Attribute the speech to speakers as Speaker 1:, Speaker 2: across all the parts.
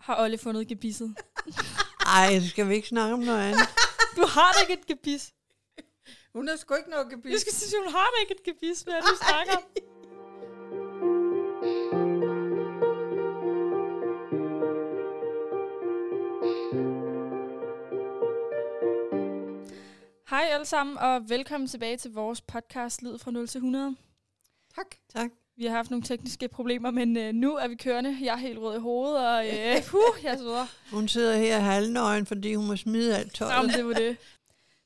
Speaker 1: har Olle fundet gebisset.
Speaker 2: Ej, skal vi ikke snakke om noget andet?
Speaker 1: Du har da ikke et gebis.
Speaker 3: Hun har sgu ikke noget gebis.
Speaker 1: Jeg skal sige, hun har da ikke et gebis, hvad er det, du snakker om. Hej alle sammen, og velkommen tilbage til vores podcast Lyd fra 0 til 100.
Speaker 3: Tak.
Speaker 2: Tak.
Speaker 1: Vi har haft nogle tekniske problemer, men øh, nu er vi kørende. Jeg er helt rød i hovedet, og øh, puh, jeg sveder.
Speaker 2: Hun sidder her halvnøgen, fordi hun må smide alt
Speaker 1: Jamen,
Speaker 2: tøjet.
Speaker 1: det var det.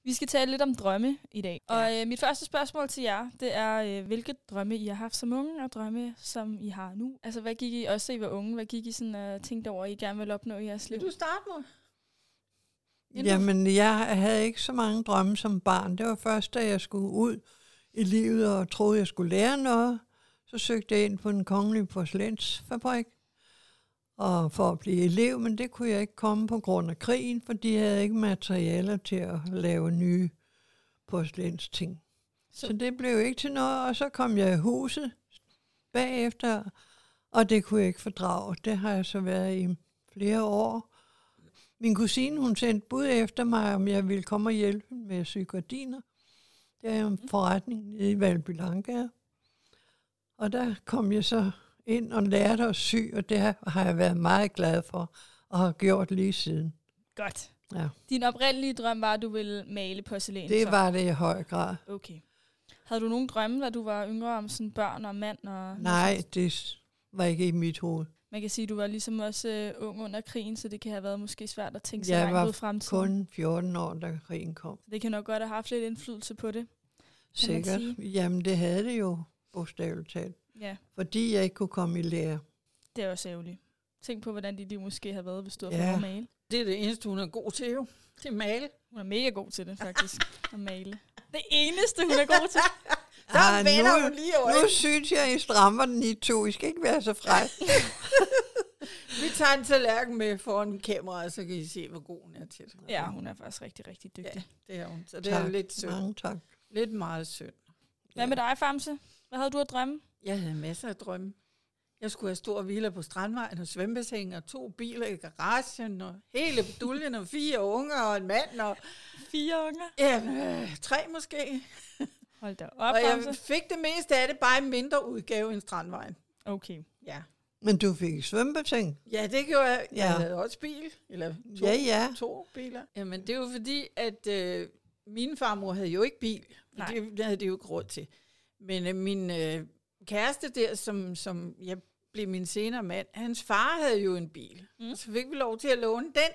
Speaker 1: Vi skal tale lidt om drømme i dag. Og øh, mit første spørgsmål til jer, det er, øh, hvilke drømme I har haft som unge, og drømme, som I har nu. Altså, hvad gik I også, da I var unge? Hvad gik I sådan, øh, tænkte over, I gerne ville opnå i jeres liv?
Speaker 3: Vil du starte med?
Speaker 2: Jamen, jeg havde ikke så mange drømme som barn. Det var først, da jeg skulle ud i livet og troede, jeg skulle lære noget. Så søgte jeg ind på den kongelige porcelænsfabrik og for at blive elev, men det kunne jeg ikke komme på grund af krigen, for de havde ikke materialer til at lave nye porcelænsting.
Speaker 1: Så-
Speaker 2: Så, så det blev ikke til noget, og så kom jeg i huset bagefter, og det kunne jeg ikke fordrage. Det har jeg så været i flere år. Min kusine, hun sendte bud efter mig, om jeg ville komme og hjælpe hende med at sy gardiner. Det er
Speaker 1: Mm.
Speaker 2: en forretning nede i Valby Langgaard. Og der kom jeg så ind og lærte at sy, og det har- har jeg været meget glad for, og har gjort lige siden.
Speaker 1: Godt.
Speaker 2: Ja.
Speaker 1: Din oprindelige drøm var, at du ville male porcelæn. så.
Speaker 2: Det var det i høj grad.
Speaker 1: Okay. Havde du nogen drømme, da du var yngre, om sådan børn og mand? Og
Speaker 2: Nej, det s- var ikke i mit hoved.
Speaker 1: Man kan sige, at du var ligesom også øh, ung under krigen, så det kan have været måske svært at tænke sig
Speaker 2: Jeg
Speaker 1: langt
Speaker 2: var
Speaker 1: ud i fremtiden.
Speaker 2: Kun 14 år, da krigen kom.
Speaker 1: Det kan nok godt have haft lidt indflydelse på det. Kan man
Speaker 2: Sikkert. Jamen, det havde det jo, bogstaveligt talt.
Speaker 1: Ja,
Speaker 2: Fordi jeg ikke kunne komme i lære.
Speaker 1: det er også ærgerligt. Tænk på, hvordan dit liv måske havde været, hvis du havde
Speaker 2: Ja.
Speaker 1: fået lov at male.
Speaker 3: Det er det eneste, hun er god til jo. Det er male.
Speaker 1: Hun er mega god til det, faktisk, at male. Det eneste, hun er god til.
Speaker 3: Der
Speaker 2: Ah,
Speaker 3: vender
Speaker 2: nu,
Speaker 3: hun lige over.
Speaker 2: nu synes jeg, I strammer den i to. I skal ikke være så fræk.
Speaker 3: Vi tager en tallerken med foran kameraet, så kan I se, hvor god hun er til det.
Speaker 1: Ja, hun er faktisk rigtig, rigtig dygtig.
Speaker 3: Det er hun. Så det er jo lidt synd.
Speaker 2: Mange tak. Ah.
Speaker 3: Lidt meget synd.
Speaker 1: Hvad med dig, Famse? Hvad havde du at drømme?
Speaker 3: Jeg havde masser af drømme. Jeg skulle have stor villa på Strandvejen og svømmebassin og to biler i garagen og hele beduljen og fire unger og en mand og
Speaker 1: Fire unger.
Speaker 3: ja, øh, tre måske.
Speaker 1: Hold da op,
Speaker 3: Og jeg
Speaker 1: Famse.
Speaker 3: fik det meste af det bare i mindre udgave end Strandvejen.
Speaker 1: Okay.
Speaker 3: Ja.
Speaker 2: Men du fik et svømmebassin?
Speaker 3: Ja, det gjorde jeg. Jeg
Speaker 2: Ja.
Speaker 3: havde også bil, eller to,
Speaker 2: Ja, ja.
Speaker 3: to biler. Jamen, det er jo fordi, at øh, min farmor havde jo ikke bil.
Speaker 1: Nej.
Speaker 3: Nej. Det, det havde de jo ikke råd til. Men øh, min øh, kæreste der, som, som jeg blev min senere mand, hans far havde jo en bil.
Speaker 1: Mm.
Speaker 3: Mm. Så fik vi lov til at låne den,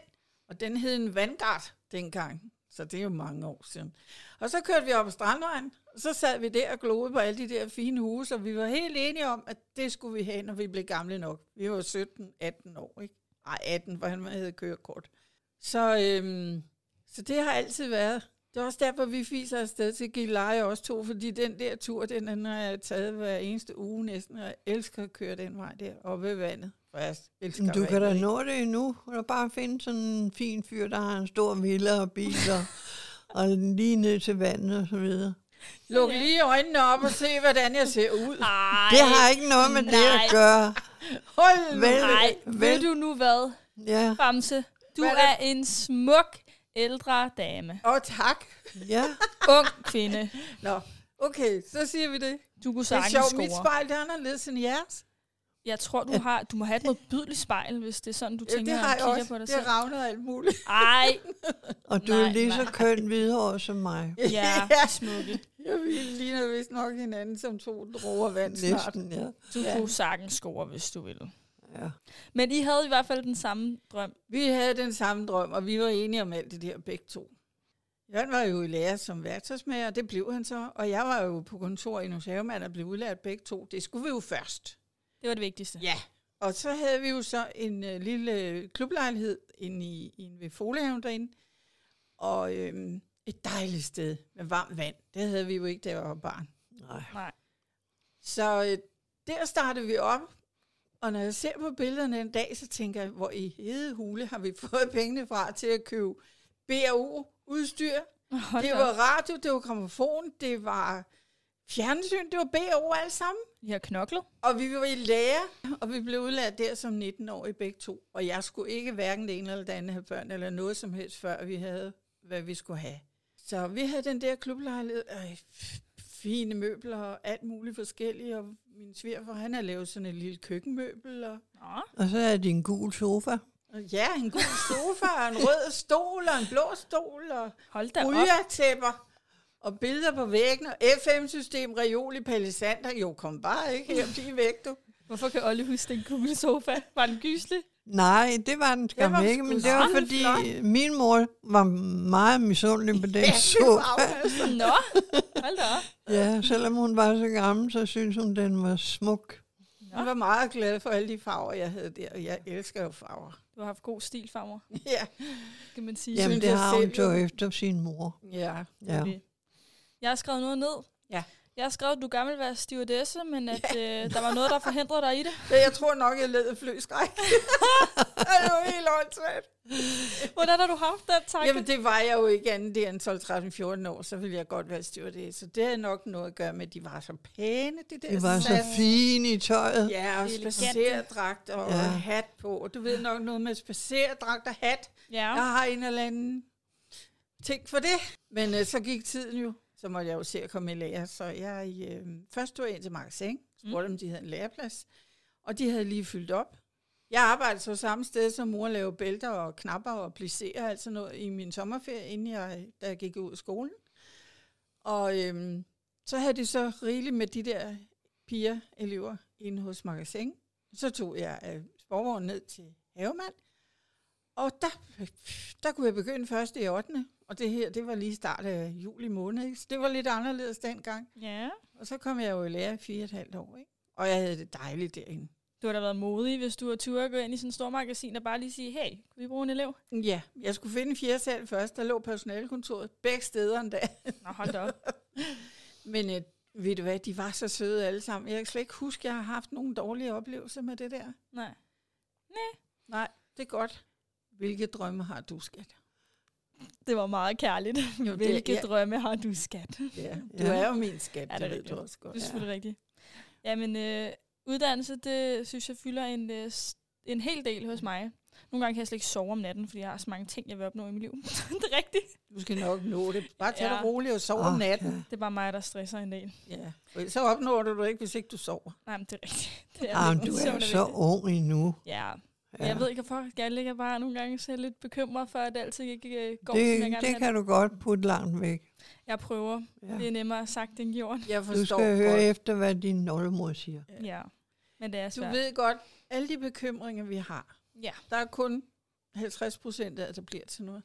Speaker 3: og den hed en Vanguard dengang. Så det er jo mange år siden. Og så kørte vi op ad Strandvejen, og så sad vi der og gloede på alle de der fine huse, og vi var helt enige om, at det skulle vi have, når vi blev gamle nok. Vi var 17-18 år, ikke? Nej, 18, for han havde kørekort. Så, øhm, så det har altid været. Det er også derfor, vi fiser afsted til Gilleleje også to, fordi den der tur, den, den har jeg taget hver eneste uge næsten, og jeg elsker at køre den vej der oppe ved vandet. For jeg elsker
Speaker 2: Men du kan
Speaker 3: vandet,
Speaker 2: da
Speaker 3: ikke?
Speaker 2: nå det endnu. Du kan bare finde sådan en fin fyr, der har en stor villa og biler, og lige ned til vandet og så videre.
Speaker 3: Luk lige øjnene op og se, hvordan jeg ser ud.
Speaker 1: Ej,
Speaker 2: Det har ikke noget med det at
Speaker 1: nej.
Speaker 2: gøre.
Speaker 3: Hold nu
Speaker 2: Vel,
Speaker 1: nej.
Speaker 2: vel,
Speaker 1: Ved du nu hvad,
Speaker 2: ja,
Speaker 1: Famse? Du
Speaker 3: Hvad er
Speaker 1: er en smuk ældre dame.
Speaker 3: Og tak.
Speaker 2: ja.
Speaker 1: Ung kvinde.
Speaker 3: Nå, okay, så siger vi det.
Speaker 1: Du kunne
Speaker 3: Det er
Speaker 1: sagtens
Speaker 3: sjovt, mit
Speaker 1: score.
Speaker 3: spejl det er anderledes end jeres.
Speaker 1: Jeg tror, du har, du må have et modbydeligt spejl, hvis det er sådan, du
Speaker 3: Ja,
Speaker 1: tænker,
Speaker 3: det har
Speaker 1: og
Speaker 3: jeg
Speaker 1: kigger
Speaker 3: også.
Speaker 1: på dig
Speaker 3: Det
Speaker 1: selv.
Speaker 3: ravner alt muligt.
Speaker 1: Ej,
Speaker 2: Og du er
Speaker 1: Nej,
Speaker 2: lige så
Speaker 1: nej.
Speaker 2: køn hvidhåret som mig.
Speaker 1: ja,
Speaker 3: Ja.
Speaker 1: smukke.
Speaker 3: Jeg vi ligner vist nok hinanden som to droger vand snart.
Speaker 2: Næsten, ja.
Speaker 1: Du ja.
Speaker 3: Ja.
Speaker 1: kunne sagtens score, hvis du ville.
Speaker 2: ja.
Speaker 1: Men I havde i hvert fald den samme drøm.
Speaker 3: Vi havde den samme drøm, og vi var enige om alt det der begge to. Jørgen var jo i lære som værktøjsmager, og det blev han så. Og jeg var jo på kontor i Museumand og blev udlært begge to. Det skulle vi jo først.
Speaker 1: Det var det vigtigste.
Speaker 3: Ja. Og så havde vi jo så en øh, lille øh, klublejlighed inde i, inde ved Folehaven derinde. Og øhm, et dejligt sted med varmt vand. Det havde vi jo ikke, da jeg var barn.
Speaker 2: Nej.
Speaker 1: Nej.
Speaker 3: Så øh, der startede vi op. Og når jeg ser på billederne en dag, så tænker jeg, hvor i hede hule har vi fået pengene fra til at købe BAO-udstyr.
Speaker 1: Hold
Speaker 3: Det
Speaker 1: da
Speaker 3: var
Speaker 1: op.
Speaker 3: radio, det var gramofon, det var Fjernsyn, det var BO alt sammen.
Speaker 1: I har knoklet?
Speaker 3: Og vi var i lære, og vi blev udlært der som 19-årige begge to. Og jeg skulle ikke hverken det ene eller det andet have børn, eller noget som helst, før vi havde, hvad vi skulle have. Så vi havde den der klublejlighed, øh, fine møbler og alt muligt forskelligt. Og min svigerfar, han har lavet sådan et lille køkkenmøbel. Og,
Speaker 1: Nå.
Speaker 2: Og så er det en gul sofa.
Speaker 3: og ja, en god sofa, og en rød stol, og en blå stol, og
Speaker 1: Hold da op.
Speaker 3: rygertæpper. Og billeder på væggen, og FM-system, reol i palisander. Jo, kom bare ikke her, bliv væk, du.
Speaker 1: Hvorfor kan Olle huske den gule sofa? Var den gyselig?
Speaker 2: Nej, det var den skam
Speaker 3: var
Speaker 2: ikke, men
Speaker 3: sgu
Speaker 2: det var
Speaker 3: sådan
Speaker 2: fordi min mor var meget misundelig på den
Speaker 3: Ja,
Speaker 2: sofa.
Speaker 3: altså.
Speaker 1: Nå, hold da op.
Speaker 2: Ja, selvom hun var så gammel, så synes hun, den var smuk.
Speaker 1: Nå.
Speaker 3: Jeg var meget glad for alle de farver, jeg havde der, og jeg elsker jo farver.
Speaker 1: Du har haft god stil, farmor,
Speaker 3: ja.
Speaker 1: kan man sige.
Speaker 2: Jamen,
Speaker 3: synes
Speaker 2: det
Speaker 3: jeg
Speaker 2: har hun
Speaker 3: selv,
Speaker 2: jo
Speaker 3: jo.
Speaker 2: efter sin mor.
Speaker 3: ja.
Speaker 2: Ja.
Speaker 1: Det. Jeg har skrevet noget ned.
Speaker 3: Ja.
Speaker 1: Jeg har skrevet, at du gerne vil være stewardesse, men at øh, der var noget, der forhindrede dig i det.
Speaker 3: ja. Jeg tror nok, jeg led af flyskræk. det var helt åndssvagt.
Speaker 1: Hvordan har du haft den tanke?
Speaker 3: Jamen, det var jeg jo ikke andet der end 12, 13, 14 år, så ville jeg godt være stewardesse. Så det havde nok noget at gøre med, at de var så pæne, det der.
Speaker 2: Det var så
Speaker 3: sat-
Speaker 2: fint i tøjet.
Speaker 3: Ja, og
Speaker 1: Elegante.
Speaker 3: spacerdragt og
Speaker 2: Ja.
Speaker 3: ja. hat på. Og du ved nok noget med spacerdragt og hat.
Speaker 1: ja.
Speaker 3: Jeg har en eller anden ting for det. Men øh, så gik tiden jo. Så måtte jeg jo se at komme i lære. Så jeg øh, først tog jeg ind til magasin. Spurgte, mm. om de havde en læreplads. Og de havde lige fyldt op. Jeg arbejdede så samme sted, som mor lavede bælter og knapper og plisserer og alt sådan noget i min sommerferie, inden jeg, da jeg gik ud af skolen. Og øhm, så havde de så rigeligt med de der piger, elever, inde hos magasin. Så tog jeg øh, sporvognen ned til havemand, og der, der kunne jeg begynde først i 8. Og det her, det var lige start af juli måned, ikke? så det var lidt anderledes dengang.
Speaker 1: ja.
Speaker 3: Og så kom jeg jo i lære i fire og et halvt år, ikke? og jeg havde det dejligt derinde.
Speaker 1: Du har da været modig, hvis du har turde at gå ind i sådan en stor magasin og bare lige sige, hey, kunne vi bruge en elev?
Speaker 3: Ja, jeg skulle finde en fjerde sal først, der lå personalekontoret begge steder en dag.
Speaker 1: Nå, hold da op.
Speaker 3: Men øh, ved du hvad, de var så søde alle sammen. Jeg kan slet ikke huske, at jeg har haft nogen dårlige oplevelser med det der.
Speaker 1: Nej.
Speaker 3: Nej, det er godt. Hvilke drømme har du, skat?
Speaker 1: Det var meget kærligt.
Speaker 3: Jo, det-
Speaker 1: Hvilke
Speaker 3: ja.
Speaker 1: drømme har du, skat?
Speaker 3: Ja, du
Speaker 2: Ja.
Speaker 3: er jo min skat,
Speaker 1: Ja, det
Speaker 3: det,
Speaker 1: er
Speaker 3: ved
Speaker 1: rigtigt.
Speaker 3: du også godt.
Speaker 1: Det er selvfølgelig rigtigt. Jamen, øh, uddannelse, det synes jeg fylder en, øh, s- en hel del hos mig. Nogle gange kan jeg slet ikke sove om natten, fordi jeg har så mange ting, jeg vil opnå i mit liv. det er rigtigt.
Speaker 3: Du skal nok nå det. Bare tag
Speaker 1: Ja.
Speaker 3: det roligt og sov om
Speaker 2: Åh,
Speaker 3: natten.
Speaker 2: ja.
Speaker 1: Det er bare mig, der stresser en del.
Speaker 3: Ja, for ellers så opnår du det ikke, hvis ikke du sover.
Speaker 1: Nej, men det er rigtigt. Det
Speaker 2: Ah, men
Speaker 1: vigtigt.
Speaker 2: du er
Speaker 1: Søvn
Speaker 2: jo
Speaker 1: vigtigt.
Speaker 2: så ung endnu.
Speaker 1: Ja. Men
Speaker 2: Ja.
Speaker 1: Jeg ved ikke, hvorfor jeg ligger bare nogle gange så er jeg lidt bekymret for, at det altid ikke øh, går, som jeg
Speaker 2: Det,
Speaker 1: gerne
Speaker 2: det
Speaker 1: vil. have
Speaker 2: kan du godt putte langt væk.
Speaker 1: det. Jeg prøver.
Speaker 2: Ja.
Speaker 1: Det er nemmere sagt end gjort.
Speaker 3: Jeg
Speaker 2: Du
Speaker 3: forstår
Speaker 2: skal
Speaker 3: godt.
Speaker 2: høre efter, hvad din oldemor siger.
Speaker 3: Ja.
Speaker 1: Ja. Men det er
Speaker 3: Du
Speaker 1: svært.
Speaker 3: ved godt, alle de bekymringer, vi har,
Speaker 1: Ja.
Speaker 3: der er kun 50 procent af, der bliver til noget.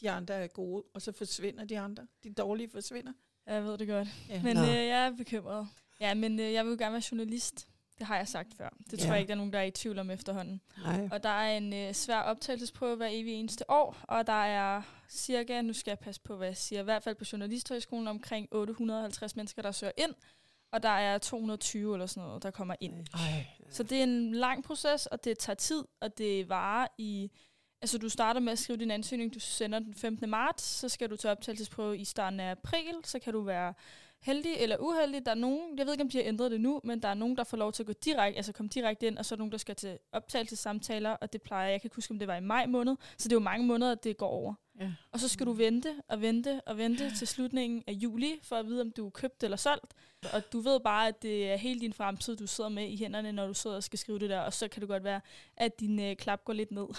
Speaker 3: De andre er gode, og så forsvinder de andre. De dårlige forsvinder.
Speaker 1: Jeg ved det godt.
Speaker 3: Ja.
Speaker 1: Men
Speaker 2: Nå.
Speaker 1: øh, jeg er bekymret. Ja, men øh, jeg vil jo gerne være journalist. Det har jeg sagt før. Det tror
Speaker 2: Ja.
Speaker 1: jeg ikke, der er nogen, der er i tvivl om efterhånden.
Speaker 2: Nej.
Speaker 1: Og der er en øh, svær optagelsesprøve hver evig eneste år, og der er cirka, nu skal jeg passe på, hvad jeg siger, i hvert fald på Journalisthøjskolen omkring 850 mennesker, der søger ind, og der er 220 eller sådan noget, der kommer ind.
Speaker 2: Ej.
Speaker 1: Så det er en lang proces, og det tager tid, og det varer i... Altså, du starter med at skrive din ansøgning, du sender den 15. marts, så skal du til optagelsesprøve i starten af april, så kan du være heldig eller uheldig. Der er nogen, jeg ved ikke, om de har ændret det nu, men der er nogen, der får lov til at gå direkte, altså komme direkte ind, og så er der nogen, der skal til optagelsessamtaler, og det plejer, jeg kan ikke huske, om det var i maj måned, så det er jo mange måneder, det går over.
Speaker 3: Ja.
Speaker 1: Og så skal du vente og vente og vente til slutningen af juli, for at vide, om du er købt eller solgt. Og du ved bare, at det er hele din fremtid, du sidder med i hænderne, når du sidder og skal skrive det der. Og så kan det godt være, at din øh, klap går lidt ned. Og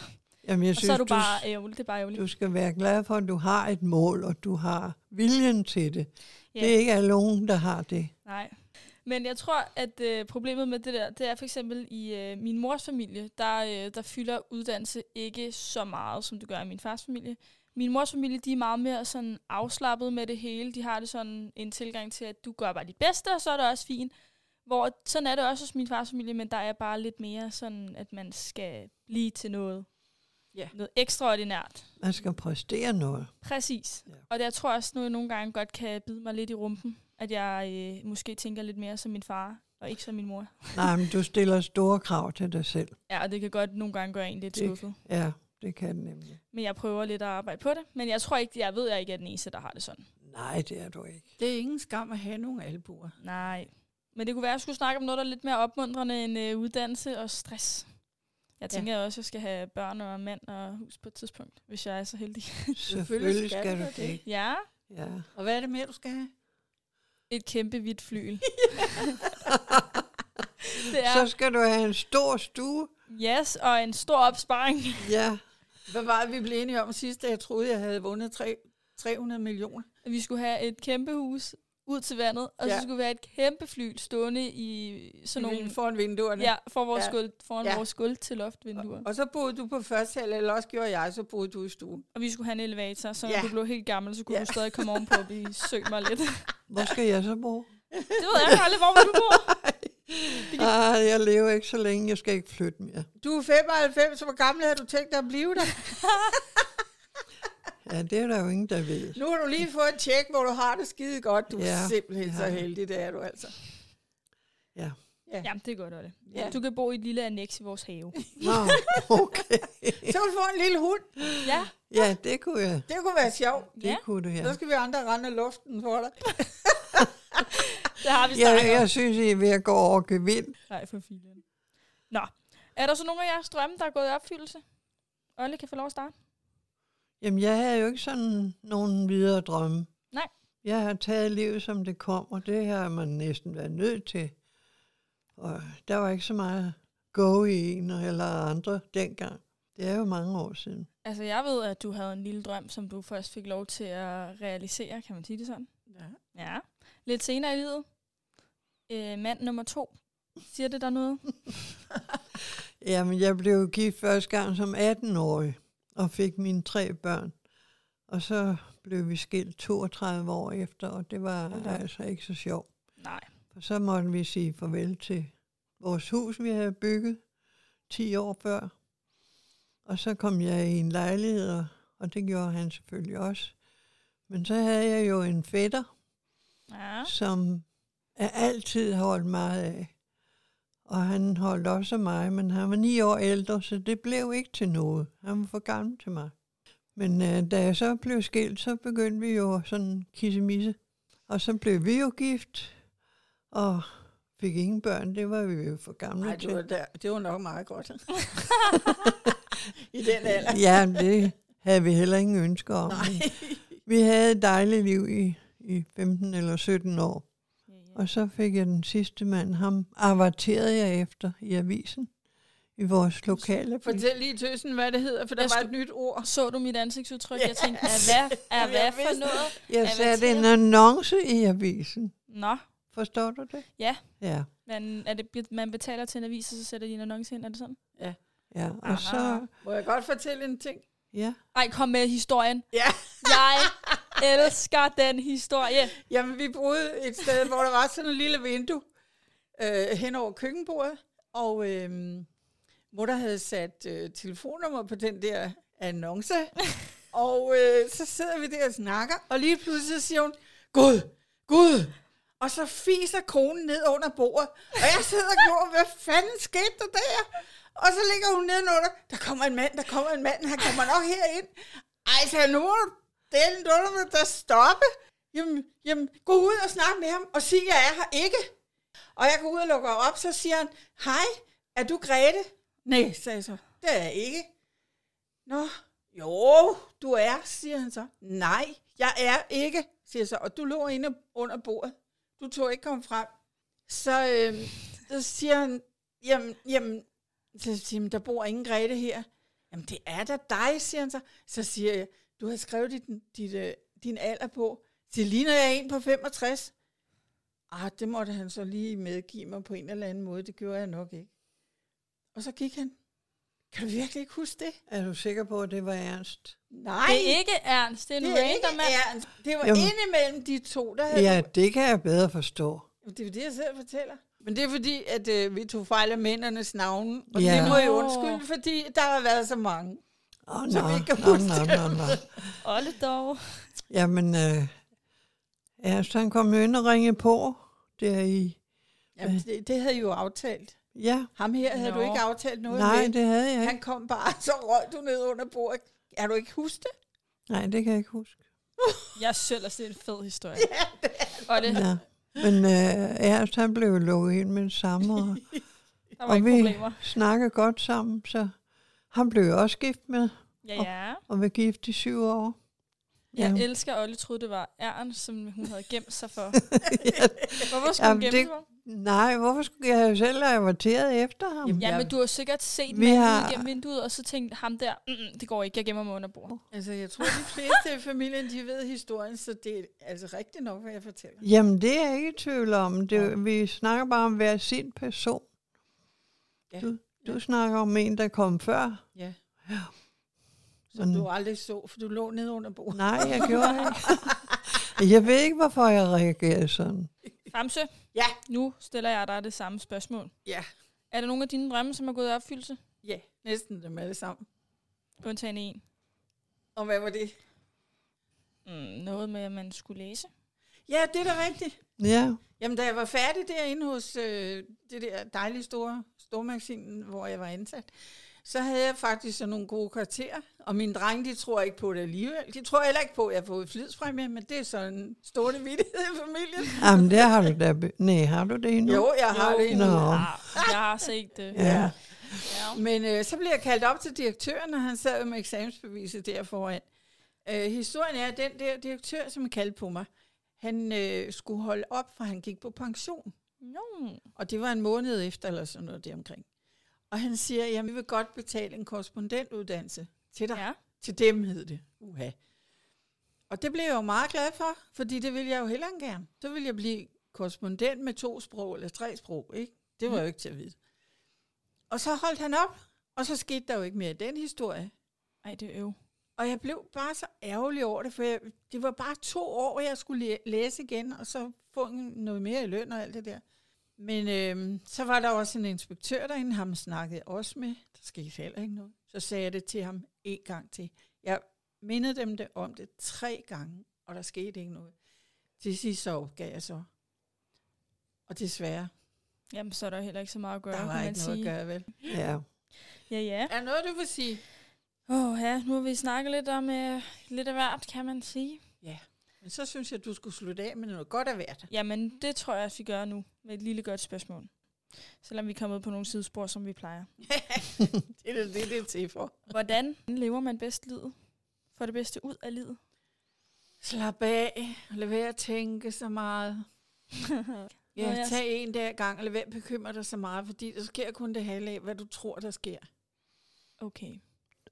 Speaker 2: Jamen, jeg
Speaker 1: så er
Speaker 2: synes,
Speaker 1: du
Speaker 2: du,
Speaker 1: bare ærgerlig. Det er bare ærgerligt.
Speaker 2: du skal være glad for, at du har et mål, og du har viljen til det.
Speaker 1: Ja.
Speaker 2: Det er ikke alle nogen, der har det.
Speaker 1: Nej. Men jeg tror, at øh, problemet med det der, det er for eksempel i øh, min mors familie, der, øh, der fylder uddannelse ikke så meget, som det gør i min fars familie. Min mors familie, de er meget mere sådan afslappet med det hele. De har det sådan en tilgang til, at du gør bare dit bedste, og så er det også fint. Hvor sådan er det også hos min fars familie, men der er bare lidt mere sådan, at man skal blive til noget.
Speaker 3: Ja.
Speaker 1: Noget ekstraordinært.
Speaker 2: Man skal præstere noget.
Speaker 1: Præcis.
Speaker 2: Ja.
Speaker 1: Ja. Og det, jeg tror også, nu jeg nogle gange godt kan bide mig lidt i rumpen, at jeg øh, måske tænker lidt mere som min far, og ikke som min mor.
Speaker 2: Nej, men du stiller store krav til dig selv.
Speaker 1: Ja, og det kan godt nogle gange gøre en lidt
Speaker 2: Det-
Speaker 1: skuffet.
Speaker 2: Ja, det kan det nemlig.
Speaker 1: Men jeg prøver lidt at arbejde på det. Men jeg tror ikke, jeg ved, jeg ikke er den eneste, der har det sådan.
Speaker 2: Nej, det er du ikke.
Speaker 3: Det er ingen skam at have nogle albuer.
Speaker 1: Nej. Men det kunne være, at jeg skulle snakke om noget, der er lidt mere opmuntrende end øh, uddannelse og stress. Jeg
Speaker 3: Ja.
Speaker 1: tænker ja. også, at jeg skal have børn og mand og hus på et tidspunkt, hvis jeg er så heldig.
Speaker 2: Selvfølgelig
Speaker 3: skal
Speaker 2: skal
Speaker 3: du
Speaker 2: du
Speaker 3: det.
Speaker 2: det.
Speaker 1: Ja,
Speaker 2: Ja.
Speaker 3: Og hvad er det mere, du skal have?
Speaker 1: et kæmpe hvidt flyl. det
Speaker 2: Så
Speaker 1: er,
Speaker 2: skal du have en stor stue.
Speaker 1: yes, og en stor opsparing.
Speaker 2: Ja,
Speaker 3: Hvad var det, vi blev enige om sidst, da jeg troede, jeg havde vundet tre, 300 millioner?
Speaker 1: Vi skulle have et kæmpe hus ud til vandet, og ja.
Speaker 3: Ja.
Speaker 1: så skulle vi have et kæmpe fly stående i sådan nogle...
Speaker 3: foran vinduerne.
Speaker 1: Ja, for vores ja.
Speaker 3: Ja.
Speaker 1: gulv, foran ja.
Speaker 3: Ja.
Speaker 1: vores gulv til loftvinduer.
Speaker 3: Og så boede du på første sal, eller også gjorde jeg, så boede du i stuen.
Speaker 1: Og vi skulle have en elevator, så når
Speaker 3: Ja.
Speaker 1: du blev helt gammel, så kunne ja.
Speaker 3: Ja.
Speaker 1: du stadig komme ovenpå og blive søg mig lidt.
Speaker 2: hvor skal jeg så bo?
Speaker 1: Det ved jeg ikke aldrig, hvor vil du bor.
Speaker 2: Ah, jeg lever ikke så længe, jeg skal ikke flytte mere.
Speaker 3: Du er 95, så hvor gammel havde du tænkt dig at blive der?
Speaker 2: Ja, det er der jo ingen, der ved.
Speaker 3: Nu har du lige fået et tjek, hvor du har det skide godt. Du er
Speaker 2: Ja,
Speaker 3: simpelthen
Speaker 2: jeg
Speaker 3: så
Speaker 2: har det.
Speaker 3: heldig, det er du altså.
Speaker 2: Ja.
Speaker 1: Jamen, det er godt, Olle. Ja.
Speaker 3: Ja.
Speaker 1: Du kan bo i et lille annex i vores have.
Speaker 2: Nå, okay.
Speaker 3: Så kan du få en lille hund.
Speaker 1: ja,
Speaker 2: Ja, det kunne jeg.
Speaker 3: Det kunne være sjovt.
Speaker 2: Det
Speaker 1: Ja.
Speaker 2: kunne du, ja.
Speaker 3: Så skal vi andre rende luften for dig.
Speaker 1: det har vi
Speaker 2: Ja,
Speaker 1: snakket ja, ja.
Speaker 2: jeg synes, I er ved at gå over gevind.
Speaker 1: Nej, for filen. Nå, er der så nogen af jeres drømme, der er gået i opfyldelse? Olle kan få lov at starte.
Speaker 2: Jamen, jeg havde jo ikke sådan nogen videre drømme.
Speaker 1: Nej.
Speaker 2: Jeg har taget livet, som det kom, og det har man næsten været nødt til. Og der var ikke så meget go i en eller andre dengang. Det er jo mange år siden.
Speaker 1: Altså, jeg ved, at du havde en lille drøm, som du først fik lov til at realisere, kan man sige det sådan?
Speaker 3: Ja.
Speaker 1: Ja. Lidt senere i livet. Øh, mand nummer to. Siger det der noget?
Speaker 2: Jamen, jeg blev gift første gang som 18-årig og fik mine tre børn. Og så blev vi skilt 32 år efter, og det var
Speaker 1: Hold da op.
Speaker 2: altså ikke så sjovt.
Speaker 1: Nej.
Speaker 2: Og så måtte vi sige farvel til vores hus, vi havde bygget 10 år før. Og så kom jeg i en lejlighed, og- og det gjorde han selvfølgelig også. Men så havde jeg jo en fætter,
Speaker 1: Ja.
Speaker 2: som jeg altid har holdt meget af. Og han holdt også af mig, men han var ni år ældre, så det blev ikke til noget. Han var for gammel til mig. Men øh, da jeg så blev skilt, så begyndte vi jo sådan kissemisse. Og så blev vi jo gift, og fik ingen børn. Det var vi jo for gamle
Speaker 3: Nej,
Speaker 2: til.
Speaker 3: det var, der, det var nok meget godt. I den alder.
Speaker 2: Ja, men det havde vi heller ingen ønsker om. Nej. Vi havde et dejligt liv i, i 15 eller 17 år. Og så fik jeg den sidste mand, ham averterede jeg efter i avisen, i vores lokale. avis.
Speaker 3: Fortæl lige tøsen, hvad det hedder, for der
Speaker 1: Jeg
Speaker 3: var
Speaker 1: skulle-
Speaker 3: et nyt ord.
Speaker 1: Så du mit ansigtsudtryk?
Speaker 3: Ja.
Speaker 1: Jeg tænkte, er hvad, er
Speaker 3: Jamen,
Speaker 1: hvad
Speaker 3: jeg
Speaker 1: for
Speaker 3: vidste
Speaker 1: noget?
Speaker 2: Jeg satte en
Speaker 1: averterede?
Speaker 2: annonce i avisen.
Speaker 1: Nå,
Speaker 2: Forstår du det?
Speaker 1: Ja.
Speaker 2: Ja,
Speaker 1: men er det, man betaler til en avis, og så sætter de en annonce ind, er det sådan?
Speaker 2: ja. Og
Speaker 1: Aha.
Speaker 2: så,
Speaker 3: Må jeg godt fortælle en ting?
Speaker 2: ja.
Speaker 1: Ej, kom med historien.
Speaker 3: Ja.
Speaker 1: Jeg elsker den historie.
Speaker 3: Jamen, vi boede et sted, hvor der var sådan et lille vindue øh, hen over køkkenbordet, og øh, mutter havde sat øh, telefonnummer på den der annonce, og øh, så sidder vi der og snakker, og lige pludselig så siger hun, Gud, Gud, og så fiser konen ned under bordet, og jeg sidder og glor, hvad fanden skete der der? Og så ligger hun nedenunder, der kommer en mand, der kommer en mand, han kommer nok herind. Ej, så nu må du den dumme, der stoppe. Jamen, jamen, gå ud og snak med ham og sig, at jeg er her ikke. Og jeg går ud og lukker op, så siger han, hej, er du Grete? Nej, sagde jeg så, det er jeg ikke. Nå, jo, du er, siger han så. Nej, jeg er ikke, siger jeg så. Og du lå inde under bordet. Du tog ikke komme frem. Så, øh, så siger han, jamen, jamen, så siger han, der bor ingen Grete her. Jamen, det er da dig, siger han så. Så siger jeg, du har skrevet dit, dit, øh, din alder på. Så ligner jeg en på 65? Ah, det måtte han så lige medgive mig på en eller anden måde. Det gjorde jeg nok ikke. Og så gik han. Kan du virkelig ikke huske det?
Speaker 2: Er du sikker på, at det var Ernst?
Speaker 3: Nej,
Speaker 1: Det er ikke Ernst, det er en
Speaker 3: det er ikke
Speaker 1: random mand.
Speaker 3: Ernst. Det var
Speaker 2: Jamen.
Speaker 3: indimellem de to, der havde
Speaker 2: Ja, det kan jeg bedre forstå.
Speaker 3: Jamen, Det er jo det, jeg selv fortæller. Men det er fordi, at øh, vi tog fejl af mændernes navne. Og
Speaker 2: Ja.
Speaker 3: ja. det må jeg
Speaker 1: Nå.
Speaker 3: undskylde, fordi der har været så mange.
Speaker 2: Åh, oh,
Speaker 3: Så
Speaker 2: nej,
Speaker 3: vi kan
Speaker 2: nej,
Speaker 3: huske
Speaker 2: nej, nej, nej.
Speaker 1: Olle dog.
Speaker 2: Jamen, øh, Ernst, han kom jo ind og ringede på der i...
Speaker 3: Jamen, det, det havde I jo aftalt.
Speaker 2: Ja,
Speaker 3: Ham her havde
Speaker 1: Nå.
Speaker 3: du ikke aftalt noget
Speaker 2: nej,
Speaker 3: med.
Speaker 2: det havde jeg ikke.
Speaker 3: Han kom bare, så røg du ned under bordet. Er du ikke huske det?
Speaker 2: Nej, det kan jeg ikke huske.
Speaker 1: Jeg selv det er en fed historie. Ja, det Og det,
Speaker 2: Ja. Men øh, Ernst, han blev lukket ind med det samme, og,
Speaker 1: der var
Speaker 2: og
Speaker 1: ikke
Speaker 2: vi
Speaker 1: problemer.
Speaker 2: snakkede godt sammen, så han blev jo også gift med,
Speaker 1: Ja, ja.
Speaker 2: og var gift i syv år.
Speaker 1: Jeg elsker, at Olle troede, det var æren, som hun havde gemt sig for. Hvorfor skulle hun
Speaker 2: Jamen,
Speaker 1: gemme
Speaker 2: det-
Speaker 1: det... sig for?
Speaker 2: Nej, hvorfor skulle jeg jo selv have averteret efter ham?
Speaker 3: Jamen,
Speaker 1: Ja,
Speaker 3: Jeg-
Speaker 1: men du har sikkert set
Speaker 2: Vi
Speaker 1: manden
Speaker 2: har-
Speaker 1: har... gennem vinduet, og så tænkt ham der, mm, mm, det går ikke, jeg gemmer mig under bordet.
Speaker 3: Altså, jeg tror, de fleste i familien, de ved historien, så det er altså rigtigt nok, hvad jeg fortæller.
Speaker 2: Jamen, det er jeg ikke i tvivl om. Det, ja. Vi snakker bare om hver sin person.
Speaker 3: Ja.
Speaker 2: Du, du snakker om en, der kom før.
Speaker 3: Ja.
Speaker 2: Ja.
Speaker 3: Som du aldrig så, for du lå nede under bordet.
Speaker 2: Nej, jeg gjorde ikke. jeg ved ikke, hvorfor jeg reagerede sådan.
Speaker 1: Famse,
Speaker 3: Ja,
Speaker 1: nu stiller jeg dig det samme spørgsmål.
Speaker 3: ja,
Speaker 1: Er der nogen af dine drømme, som er gået i opfyldelse?
Speaker 3: ja. Næsten dem alle sammen.
Speaker 1: Undtagen en.
Speaker 3: Og hvad var det?
Speaker 1: Mm, noget med, at man skulle læse.
Speaker 3: Ja, det er da rigtigt.
Speaker 2: Ja,
Speaker 3: Jamen, da jeg var færdig derinde hos øh, det der dejlige store stormagasin, hvor jeg var ansat, så havde jeg faktisk sådan nogle gode karakterer. Og mine drenge, de tror ikke på det alligevel. De tror heller ikke på, at jeg har fået flidspræmie, men det er sådan en stående vittighed i familien.
Speaker 2: Jamen, det har du da... be- Nej, har du det endnu?
Speaker 3: Jo, jeg har det endnu.
Speaker 2: Nå.
Speaker 1: Ah, jeg har set øh, det.
Speaker 2: Ja. ja.
Speaker 1: Ja.
Speaker 3: Men øh, så blev jeg kaldt op til direktøren, og han sad jo med eksamensbeviset der foran. Øh, historien er, at den der direktør, som kaldte på mig, han øh, skulle holde op, for han gik på pension.
Speaker 1: Jo.
Speaker 3: Og det var en måned efter, eller sådan noget deromkring. Og han siger, jamen vi vil godt betale en korrespondentuddannelse til dig. Ja.
Speaker 1: Ja.
Speaker 3: Til dem hed det. Uha. Og det blev jeg jo meget glad for, fordi det ville jeg jo hellere end gerne. Så ville jeg blive korrespondent med to sprog, eller tre sprog, ikke? Det var jo ikke til at vide. Og så holdt han op, og så skete der jo ikke mere i den historie.
Speaker 1: Ej, det er øv.
Speaker 3: Og jeg blev bare så ærgerlig over det, for jeg, det var bare to år, jeg skulle læ- læse igen, og så få en- noget mere i løn og alt det der. Men øhm, så var der også en inspektør derinde, ham snakkede jeg også med. Der skete heller ikke noget. Så sagde jeg det til ham en gang til. Jeg mindede dem det om det tre gange, og der skete ikke noget. Til sidst så opgav jeg så. Og desværre,
Speaker 1: Jamen, så er der heller ikke så meget at gøre,
Speaker 3: der var
Speaker 1: kan man
Speaker 3: ikke noget
Speaker 1: sige.
Speaker 3: at gøre, vel?
Speaker 2: ja.
Speaker 1: Ja, ja.
Speaker 3: Er der noget, du vil sige?
Speaker 1: Åh oh, ja, nu har vi snakket lidt om øh, lidt af hvert, kan man sige.
Speaker 3: Men så synes jeg, du skulle slutte af med noget godt af hvert.
Speaker 1: Jamen, det tror jeg, at vi gør nu med et lille godt spørgsmål. Selvom vi er kommet på nogle sidespor, som vi plejer.
Speaker 3: Det er det, det, det er til for.
Speaker 1: Hvordan lever man bedst livet? Får det bedste ud af livet?
Speaker 3: Slap af. Lad være at tænke så meget.
Speaker 1: Nå,
Speaker 3: Ja,
Speaker 1: jeg-
Speaker 3: tag en dag ad gangen, og lad være at bekymre dig så meget, fordi der sker kun det halve af, hvad du tror, der sker.
Speaker 1: Okay.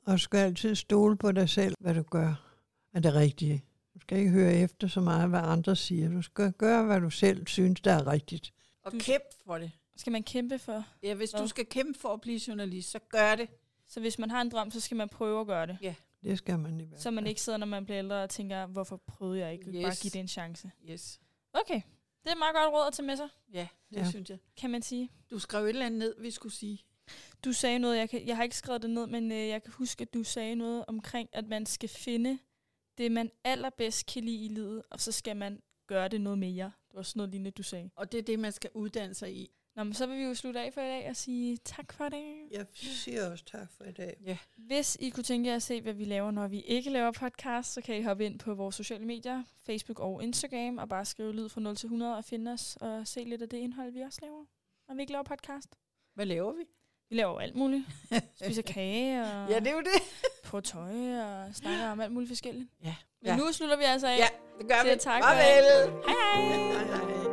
Speaker 2: Og du skal altid stole på dig selv, hvad du gør. Er det rigtige? Du skal ikke høre efter så meget, hvad andre siger. Du skal gøre, hvad du selv synes, der er rigtigt.
Speaker 3: Og
Speaker 1: Du-
Speaker 3: kæmp for det.
Speaker 1: Skal man kæmpe for?
Speaker 3: Ja, hvis du
Speaker 1: Hvad?
Speaker 3: skal kæmpe for at blive journalist, så gør det.
Speaker 1: Så hvis man har en drøm, så skal man prøve at gøre det.
Speaker 2: Det skal man i hvert fald.
Speaker 1: Så man ikke sidder, når man bliver ældre og tænker, hvorfor prøvede jeg ikke? Yes. Bare
Speaker 3: Yes.
Speaker 1: give det en chance.
Speaker 3: Yes.
Speaker 1: Okay. Det er et meget godt råd at tage med sig,
Speaker 3: Ja, det
Speaker 2: Ja.
Speaker 3: ja. synes jeg.
Speaker 1: kan man sige.
Speaker 3: Du skrev et eller andet ned, vi skulle sige.
Speaker 1: Du sagde noget, jeg, kan, jeg har ikke skrevet det ned, men øh, jeg kan huske, at du sagde noget omkring, at man skal finde det, man allerbedst kan lide i livet, og så skal man gøre det noget mere. Det var sådan noget lignende, du sagde.
Speaker 3: Og det er det, man skal uddanne sig i.
Speaker 1: Nå, men så vil vi jo slutte af for i dag og sige tak for det.
Speaker 2: Jeg siger også tak for i dag.
Speaker 1: Hvis I kunne tænke jer at se, hvad vi laver, når vi ikke laver podcast, så kan I hoppe ind på vores sociale medier, Facebook og Instagram, og bare skrive lyd fra 0 til 100 og finde os og se lidt af det indhold, vi også laver, når vi ikke laver podcast.
Speaker 3: Hvad laver vi?
Speaker 1: Vi laver jo alt muligt. Spiser kage og
Speaker 3: Ja, det er jo det.
Speaker 1: på tøj og snakker om alt muligt forskelligt.
Speaker 3: Ja.
Speaker 1: Men nu slutter vi altså af.
Speaker 3: Ja, det gør vi.
Speaker 1: Siger tak for-
Speaker 3: Farvel.
Speaker 1: Hej hej!
Speaker 3: Hej, hej.